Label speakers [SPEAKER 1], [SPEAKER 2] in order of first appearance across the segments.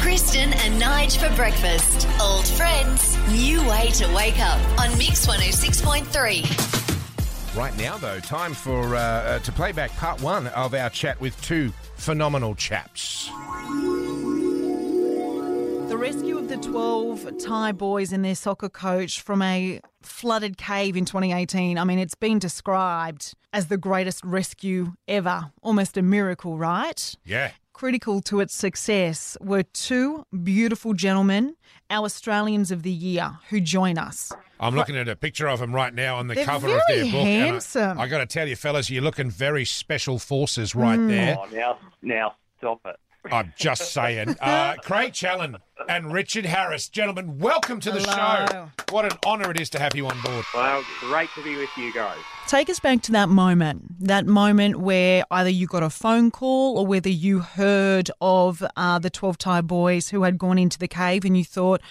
[SPEAKER 1] Preston and Nige for breakfast. Old friends, new way to wake up on Mix 106.3.
[SPEAKER 2] Right now, though, time for uh, uh, to play back part one of our chat with two phenomenal chaps.
[SPEAKER 3] The rescue of the 12 Thai boys and their soccer coach from a flooded cave in 2018. I mean, it's been described as the greatest rescue ever. Almost a miracle, right?
[SPEAKER 2] Yeah,
[SPEAKER 3] Critical to its success were two beautiful gentlemen, our Australians of the Year, who join us.
[SPEAKER 2] I'm looking at a picture of them right now on the
[SPEAKER 3] They're
[SPEAKER 2] cover of their
[SPEAKER 3] very
[SPEAKER 2] book. and I-
[SPEAKER 3] handsome.
[SPEAKER 2] I, got to tell you, fellas, you're looking very special forces
[SPEAKER 3] Hmm.
[SPEAKER 2] right there.
[SPEAKER 4] Oh, now, now, stop it.
[SPEAKER 2] I'm just saying. Uh, Craig Challen and Richard Harris, gentlemen, welcome to the
[SPEAKER 3] Hello.
[SPEAKER 2] show. What an honour it is to have you on board.
[SPEAKER 5] Well, great to be with you guys.
[SPEAKER 3] Take us back to that moment, that moment where either you got a phone call or whether you heard of uh, the 12 Thai boys who had gone into the cave and you thought,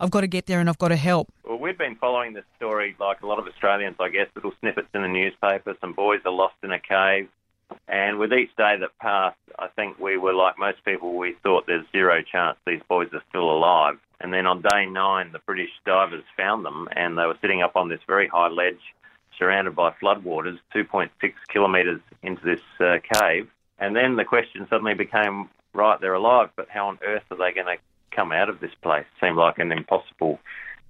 [SPEAKER 3] I've got to get there and I've got to help.
[SPEAKER 4] Well, we've been following this story like a lot of Australians, I guess, little snippets in the newspaper. Some boys are lost in a cave. And with each day that passed, I think we were like most people, we thought there's zero chance these boys are still alive. And then on day nine, the British divers found them and they were sitting up on this very high ledge surrounded by floodwaters, 2.6 kilometres into this uh, cave. And then the question suddenly became right, they're alive, but how on earth are they going to come out of this place? Seemed like an impossible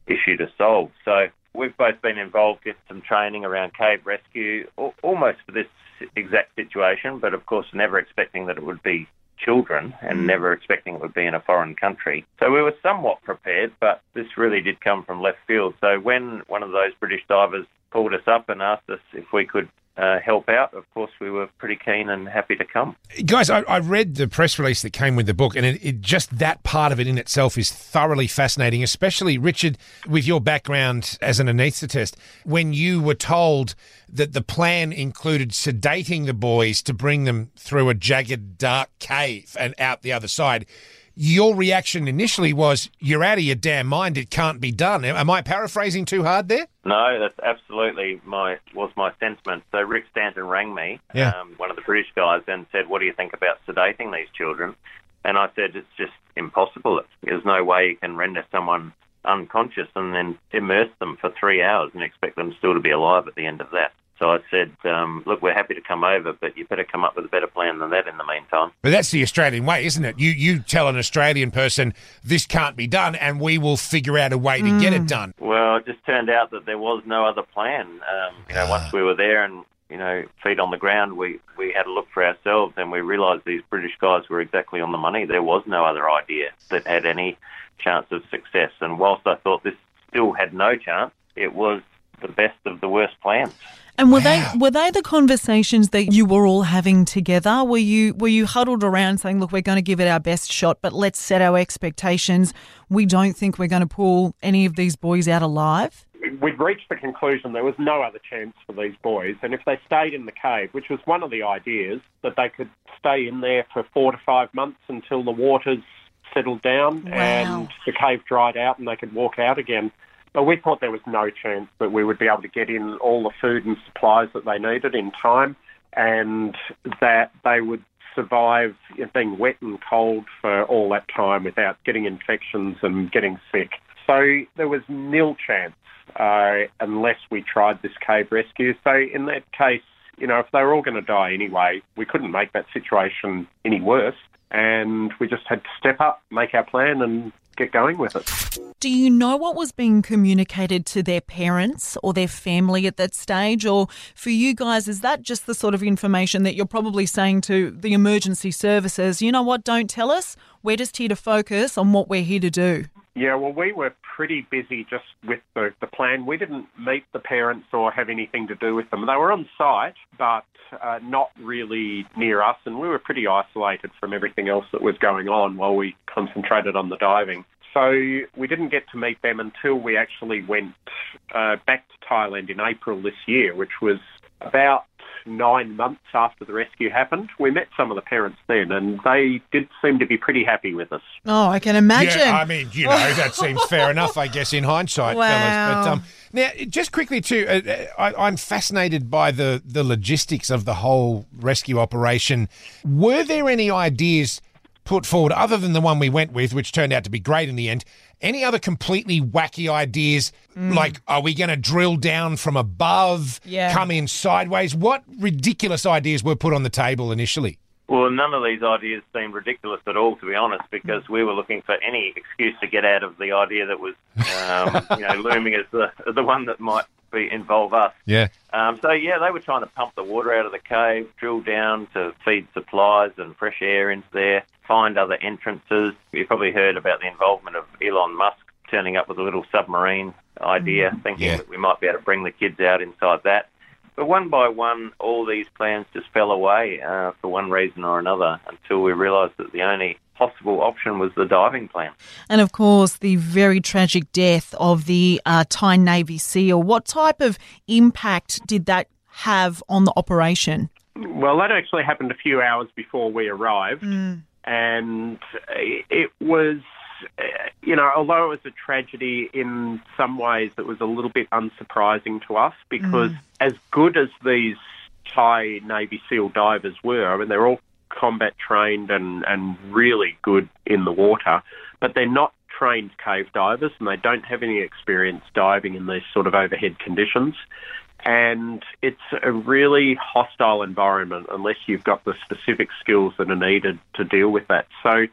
[SPEAKER 4] issue to solve. So we've both been involved in some training around cave rescue, al- almost for this exact situation, but of course never expecting that it would be children and never expecting it would be in a foreign country. So we were somewhat prepared, but this really did come from left field. So when one of those British divers called us up and asked us if we could uh, help out, of course we were pretty keen and happy to come.
[SPEAKER 2] Guys, I, I read the press release that came with the book, and it, it just that part of it in itself is thoroughly fascinating, especially Richard, with your background as an anaesthetist. When you were told that the plan included sedating the boys to bring them through a jagged, dark cave and out the other side, your reaction initially was, You're out of your damn mind, it can't be done. Am I paraphrasing too hard there?
[SPEAKER 4] No, that's absolutely my was my sentiment. So Rick Stanton rang me,
[SPEAKER 2] Yeah.
[SPEAKER 4] um, one of the British guys, and said, "What do you think about sedating these children?" And I said, "It's just impossible. There's no way you can render someone unconscious and then immerse them for three hours and expect them still to be alive at the end of that." So I said, um, "Look, we're happy to come over, but you better come up with a better plan than that in the meantime."
[SPEAKER 2] But that's the Australian way, isn't it? You you tell an Australian person this can't be done, and we will figure out a way to get it done.
[SPEAKER 4] Well, it just turned out that there was no other plan. Um, you know, once we were there and you know feet on the ground, we we had a look for ourselves and we realised these British guys were exactly on the money. There was no other idea that had any chance of success. And whilst I thought this still had no chance, it was the best of the worst plans.
[SPEAKER 3] And were they were they the conversations that you were all having together? Were you were you huddled around saying, "Look, we're going to give it our best shot, but let's set our expectations. We don't think we're going to pull any of these boys out alive."
[SPEAKER 5] We'd reached the conclusion there was no other chance for these boys, and if they stayed in the cave, which was one of the ideas, that they could stay in there for four to five months until the waters settled down and the cave dried out and they could walk out again. But we thought there was no chance that we would be able to get in all the food and supplies that they needed in time and that they would survive being wet and cold for all that time without getting infections and getting sick. So there was nil chance uh, unless we tried this cave rescue. So in that case, you know, if they were all going to die anyway, we couldn't make that situation any worse. And we just had to step up, make our plan, and get going with it.
[SPEAKER 3] Do you know what was being communicated to their parents or their family at that stage? Or for you guys, is that just the sort of information that you're probably saying to the emergency services, you know what, don't tell us? We're just here to focus on what we're here to do.
[SPEAKER 5] Yeah, well, we were pretty busy just with the, the plan. We didn't meet the parents or have anything to do with them. They were on site, but uh, not really near us, and we were pretty isolated from everything else that was going on while we concentrated on the diving. So we didn't get to meet them until we actually went uh, back to Thailand in April this year, which was about nine months after the rescue happened. We met some of the parents then, and they did seem to be pretty happy with us.
[SPEAKER 3] Oh, I can imagine.
[SPEAKER 2] Yeah, I mean, you know, that seems fair enough, I guess, in hindsight, fellas. But
[SPEAKER 3] Wow.
[SPEAKER 2] um, now, just quickly too, uh, uh, I, I'm fascinated by the the logistics of the whole rescue operation. Were there any ideas put forward, other than the one we went with, which turned out to be great in the end, any other completely wacky ideas? Like, are we going to drill down from above,
[SPEAKER 3] Mm. Yeah.
[SPEAKER 2] come in sideways? What ridiculous ideas were put on the table initially?
[SPEAKER 4] Well, none of these ideas seemed ridiculous at all, to be honest, because we were looking for any excuse to get out of the idea that was, um, you know, looming as the the one that might be involve us.
[SPEAKER 2] Yeah.
[SPEAKER 4] Um, so yeah, they were trying to pump the water out of the cave, drill down to feed supplies and fresh air into there, find other entrances. You probably heard about the involvement of Elon Musk turning up with a little submarine idea, thinking
[SPEAKER 2] Yeah.
[SPEAKER 4] that we might be able to bring the kids out inside that. But one by one, all these plans just fell away uh, for one reason or another until we realised that the only possible option was the diving plan.
[SPEAKER 3] And of course, the very tragic death of the uh, Thai Navy SEAL. What type of impact did that have on the operation?
[SPEAKER 5] Well, that actually happened a few hours before we arrived,
[SPEAKER 3] Mm.
[SPEAKER 5] and uh, it was, uh, you know, although it was a tragedy in some ways, it was a little bit unsurprising to us because as good as these Thai Navy SEAL divers were, I mean, they're all combat trained and, and really good in the water, but they're not trained cave divers and they don't have any experience diving in these sort of overhead conditions and it's a really hostile environment unless you've got the specific skills that are needed to deal with that. So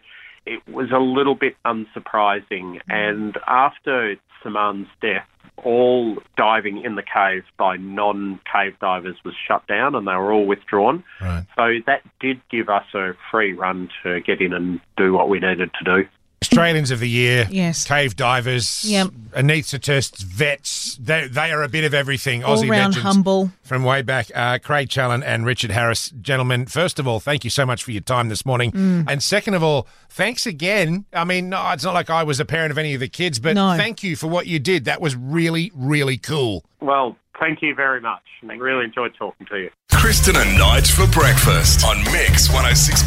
[SPEAKER 5] it was a little bit unsurprising. And after Saman's death, all diving in the cave by non cave divers was shut down and they were all withdrawn.
[SPEAKER 2] Right.
[SPEAKER 5] So that did give us a free run to get in and do what we needed to do.
[SPEAKER 2] Australians of the year,
[SPEAKER 3] Yes.
[SPEAKER 2] cave divers,
[SPEAKER 3] Yep.
[SPEAKER 2] anaesthetists, vets. They, they are a bit of everything.
[SPEAKER 3] All
[SPEAKER 2] Aussie
[SPEAKER 3] round
[SPEAKER 2] legends
[SPEAKER 3] humble.
[SPEAKER 2] from way back. Uh, Craig Challen and Richard Harris, gentlemen. First of all, thank you so much for your time this morning,
[SPEAKER 6] Mm.
[SPEAKER 2] and second of all, thanks again. I mean, no, it's not like I was a parent of any of the kids, but
[SPEAKER 3] No.
[SPEAKER 2] thank you for what you did. That was really, really cool.
[SPEAKER 5] Well, thank you very much. I really enjoyed talking to you.
[SPEAKER 7] Kristen and Nige for breakfast on Mix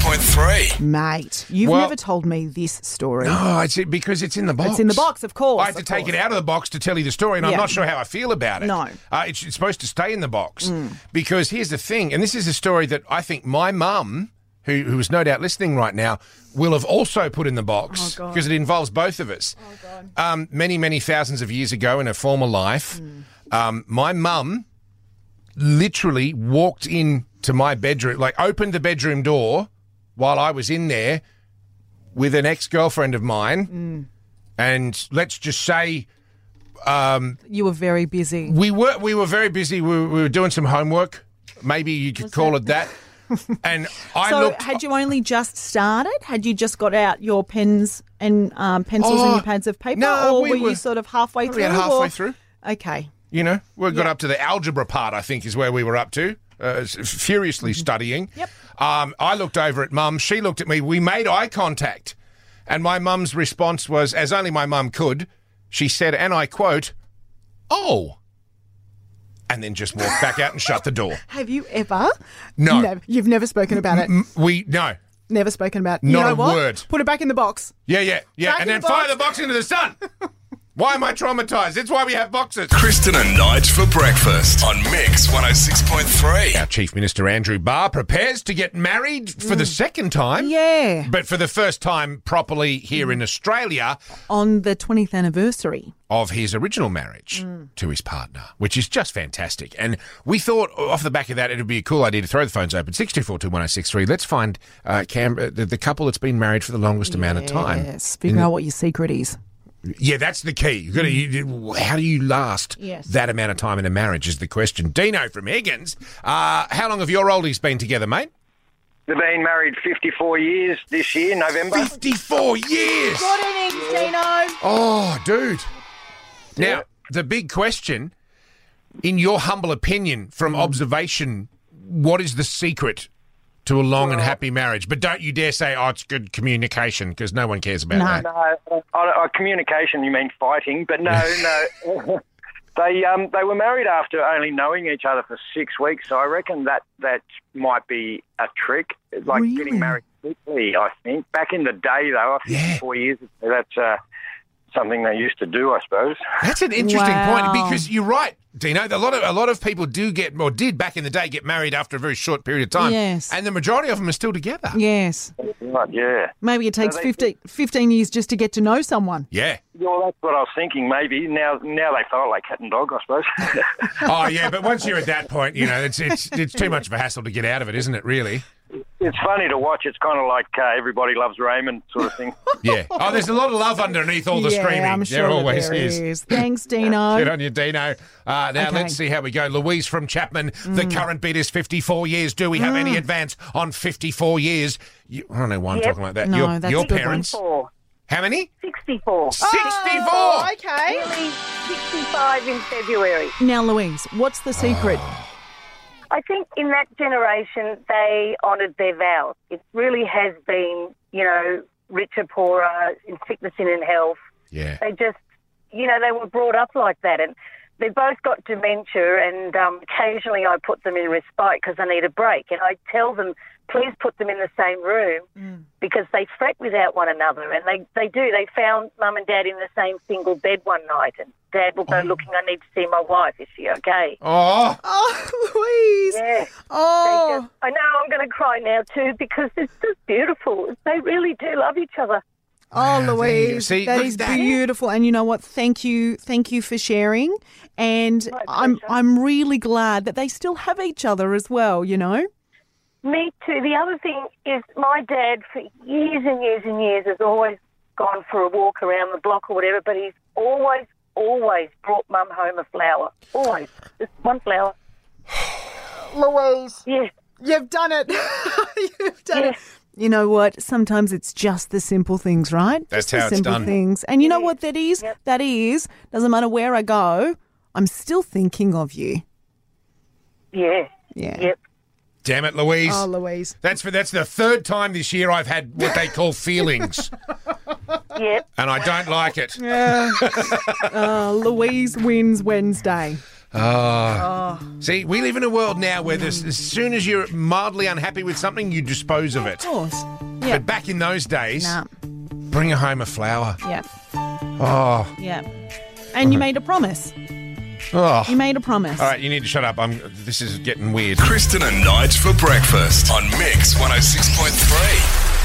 [SPEAKER 7] 106.3.
[SPEAKER 6] Mate, you've
[SPEAKER 2] Well-
[SPEAKER 6] never told me this story.
[SPEAKER 2] Oh, it's because it's in the box.
[SPEAKER 6] It's in the box, of course.
[SPEAKER 2] I had to
[SPEAKER 6] of
[SPEAKER 2] take it
[SPEAKER 6] course.
[SPEAKER 2] out of the box to tell you the story, and I'm
[SPEAKER 6] Yeah.
[SPEAKER 2] not sure how I feel about it.
[SPEAKER 6] No.
[SPEAKER 2] Uh, it's, it's supposed to stay in the box because here's the thing, and this is a story that I think my mum, who, who is no doubt listening right now, will have also put in the box because it involves both of us. Oh, God. Um, many, many thousands of years ago in her former life, um, my mum literally walked in to my bedroom, like opened the bedroom door while I was in there with an ex girlfriend of mine. And let's just say
[SPEAKER 3] You were very busy.
[SPEAKER 2] we were we were very busy. We were, we were doing some homework. Maybe you could call it that. and I
[SPEAKER 3] so,
[SPEAKER 2] looked.
[SPEAKER 3] had you only just started? Had you just got out your pens and um, pencils and
[SPEAKER 2] Oh,
[SPEAKER 3] your pads of paper,
[SPEAKER 2] no,
[SPEAKER 3] or
[SPEAKER 2] we
[SPEAKER 3] were,
[SPEAKER 2] were
[SPEAKER 3] you sort of halfway
[SPEAKER 2] probably
[SPEAKER 3] through?
[SPEAKER 2] about halfway
[SPEAKER 3] or-
[SPEAKER 2] through.
[SPEAKER 3] Okay.
[SPEAKER 2] You know, we got up to the algebra part. I think is where we were up to. Uh, s- furiously studying. Yep. Um, I looked over at mum. She looked at me. We made eye contact, and my mum's response was, as only my mum could. She said, and I quote, "Oh," and then just walked back out and shut the door.
[SPEAKER 6] Have you ever?
[SPEAKER 2] No. Mm,
[SPEAKER 6] You've never spoken about it.
[SPEAKER 2] M- We no.
[SPEAKER 6] Never spoken about it.
[SPEAKER 2] Not
[SPEAKER 6] you know
[SPEAKER 2] a
[SPEAKER 6] what?
[SPEAKER 2] word.
[SPEAKER 6] Put it back in the box.
[SPEAKER 2] Yeah, yeah, yeah.
[SPEAKER 6] Back
[SPEAKER 2] and
[SPEAKER 6] in
[SPEAKER 2] then
[SPEAKER 6] the
[SPEAKER 2] fire
[SPEAKER 6] box.
[SPEAKER 2] the box into the sun. why am I traumatized? That's why we have boxes.
[SPEAKER 7] Kristen and Nige for breakfast on Mix 106.3.
[SPEAKER 2] Our Chief Minister Andrew Barr prepares to get married for the second time.
[SPEAKER 6] Mm. Yeah.
[SPEAKER 2] But for the first time properly here in Australia
[SPEAKER 3] On the 20th anniversary.
[SPEAKER 2] of his original marriage
[SPEAKER 6] Mm.
[SPEAKER 2] to his partner, which is just fantastic. And we thought off the back of that it would be a cool idea to throw the phones open 624 oh Let's find uh, Cam- uh, the, the couple that's been married for the longest amount of time.
[SPEAKER 6] Yes. Figure out what your secret is.
[SPEAKER 2] Yeah, that's the key. You
[SPEAKER 8] Mm.
[SPEAKER 2] gotta, you, how do you last
[SPEAKER 3] Yes.
[SPEAKER 2] that amount of time in a marriage is the question. Dino from Higgins, uh, how long have your oldies been together, mate?
[SPEAKER 8] They've been married 54 years this year, November.
[SPEAKER 2] 54 years! Oh, dude. Now, the big question, in your humble opinion, from
[SPEAKER 8] Mm.
[SPEAKER 2] observation, what is the secret to a long and happy marriage? But don't you dare say, oh, it's good communication, because no one cares about that.
[SPEAKER 8] No, uh, uh, communication, you mean fighting, but no, no. they um, they were married after only knowing each other for six weeks. So I reckon that that might be a trick, like
[SPEAKER 6] Really?
[SPEAKER 8] getting married quickly. I think back in the day, though,
[SPEAKER 2] Yeah.
[SPEAKER 8] after four years, that's uh, it's something they used to do, I suppose.
[SPEAKER 2] That's an interesting
[SPEAKER 9] Wow.
[SPEAKER 2] point because you're right, Dino. A lot of a lot of people do get or did back in the day get married after a very short period of time.
[SPEAKER 9] Yes.
[SPEAKER 2] and the majority of them are still together.
[SPEAKER 9] Yes.
[SPEAKER 8] Right, yeah.
[SPEAKER 3] Maybe it takes 15, 15 years just to get to know someone.
[SPEAKER 2] Yeah.
[SPEAKER 8] Well, that's what I was thinking. Maybe now, now they fight like cat and dog, I suppose.
[SPEAKER 2] Oh yeah, but once you're at that point, you know it's it's it's too much of a hassle to get out of it, isn't it? Really.
[SPEAKER 8] it's funny to watch. It's kind of like uh, everybody loves Raymond sort of thing.
[SPEAKER 2] Yeah. Oh, there's a lot of love underneath all the
[SPEAKER 3] yeah,
[SPEAKER 2] screaming.
[SPEAKER 3] I'm sure
[SPEAKER 2] there
[SPEAKER 3] that
[SPEAKER 2] always
[SPEAKER 3] there
[SPEAKER 2] is.
[SPEAKER 3] is. Thanks, Dino.
[SPEAKER 2] Good on you, Dino. Uh, now
[SPEAKER 3] Okay.
[SPEAKER 2] let's see how we go. Louise from Chapman. The current bid is 54 years. Do we have any advance on 54 years? You, I don't know why I'm talking like that.
[SPEAKER 9] No,
[SPEAKER 2] your
[SPEAKER 9] that's
[SPEAKER 2] your
[SPEAKER 9] a good one.
[SPEAKER 2] parents.
[SPEAKER 10] 64.
[SPEAKER 2] How many?
[SPEAKER 10] 64.
[SPEAKER 2] 64.
[SPEAKER 3] Oh, okay.
[SPEAKER 10] Nearly 65 in February.
[SPEAKER 9] Now, Louise, what's the secret?
[SPEAKER 2] Ah.
[SPEAKER 10] I think in that generation, they honoured their vows. It really has been, you know, richer, poorer, in sickness and in health.
[SPEAKER 2] Yeah.
[SPEAKER 10] They just, you know, they were brought up like that. And they both got dementia, and um, occasionally I put them in respite because I need a break. And I tell them, please put them in the same room because they fret without one another. And they, they do. They found mum and dad in the same single bed one night. And dad will go looking, I need to see my wife. Is she okay?
[SPEAKER 2] Oh,
[SPEAKER 3] Oh, Louise.
[SPEAKER 10] Yeah.
[SPEAKER 3] Oh.
[SPEAKER 10] Just- I know I'm going to cry now too because it's just beautiful. They really do love each other.
[SPEAKER 3] Oh,
[SPEAKER 2] Wow, there you go.
[SPEAKER 3] Louise,
[SPEAKER 2] See,
[SPEAKER 3] that
[SPEAKER 2] look
[SPEAKER 3] is
[SPEAKER 2] at that.
[SPEAKER 3] beautiful. And you know what? Thank you, thank you for sharing. And I'm I'm really glad that they still have each other as well. You know.
[SPEAKER 10] Me too. The other thing is, my dad for years and years and years has always gone for a walk around the block or whatever, but he's always, always brought mum home a flower. Always. Just one flower.
[SPEAKER 3] Louise,
[SPEAKER 10] Yeah.
[SPEAKER 3] you've done it. you've done
[SPEAKER 10] Yeah.
[SPEAKER 3] it. You know what? Sometimes it's just the simple things, right?
[SPEAKER 2] That's
[SPEAKER 3] Just the
[SPEAKER 2] how it's
[SPEAKER 3] simple
[SPEAKER 2] done.
[SPEAKER 3] Things, and you know what that is? That is doesn't matter where I go. I'm still thinking of you.
[SPEAKER 10] Yeah.
[SPEAKER 3] Yeah.
[SPEAKER 10] Yep.
[SPEAKER 2] damn it, Louise.
[SPEAKER 3] Oh, Louise.
[SPEAKER 2] that's for, that's the third time this year I've had what they call feelings,
[SPEAKER 10] Yep.
[SPEAKER 2] and I don't like it.
[SPEAKER 3] Uh, Louise wins Wednesday.
[SPEAKER 2] See, we live in a world now where this, as soon as you're mildly unhappy with something, you dispose of it.
[SPEAKER 9] Of course.
[SPEAKER 2] But back in those days,
[SPEAKER 9] Nah.
[SPEAKER 2] bring home a flower.
[SPEAKER 9] Yeah.
[SPEAKER 2] Oh,
[SPEAKER 9] Yeah. And you made a promise.
[SPEAKER 2] oh.
[SPEAKER 9] You made a promise.
[SPEAKER 2] All right, you need to shut up. I'm. This is getting weird.
[SPEAKER 7] oh Kristen and Nige for breakfast on Mix 106.3.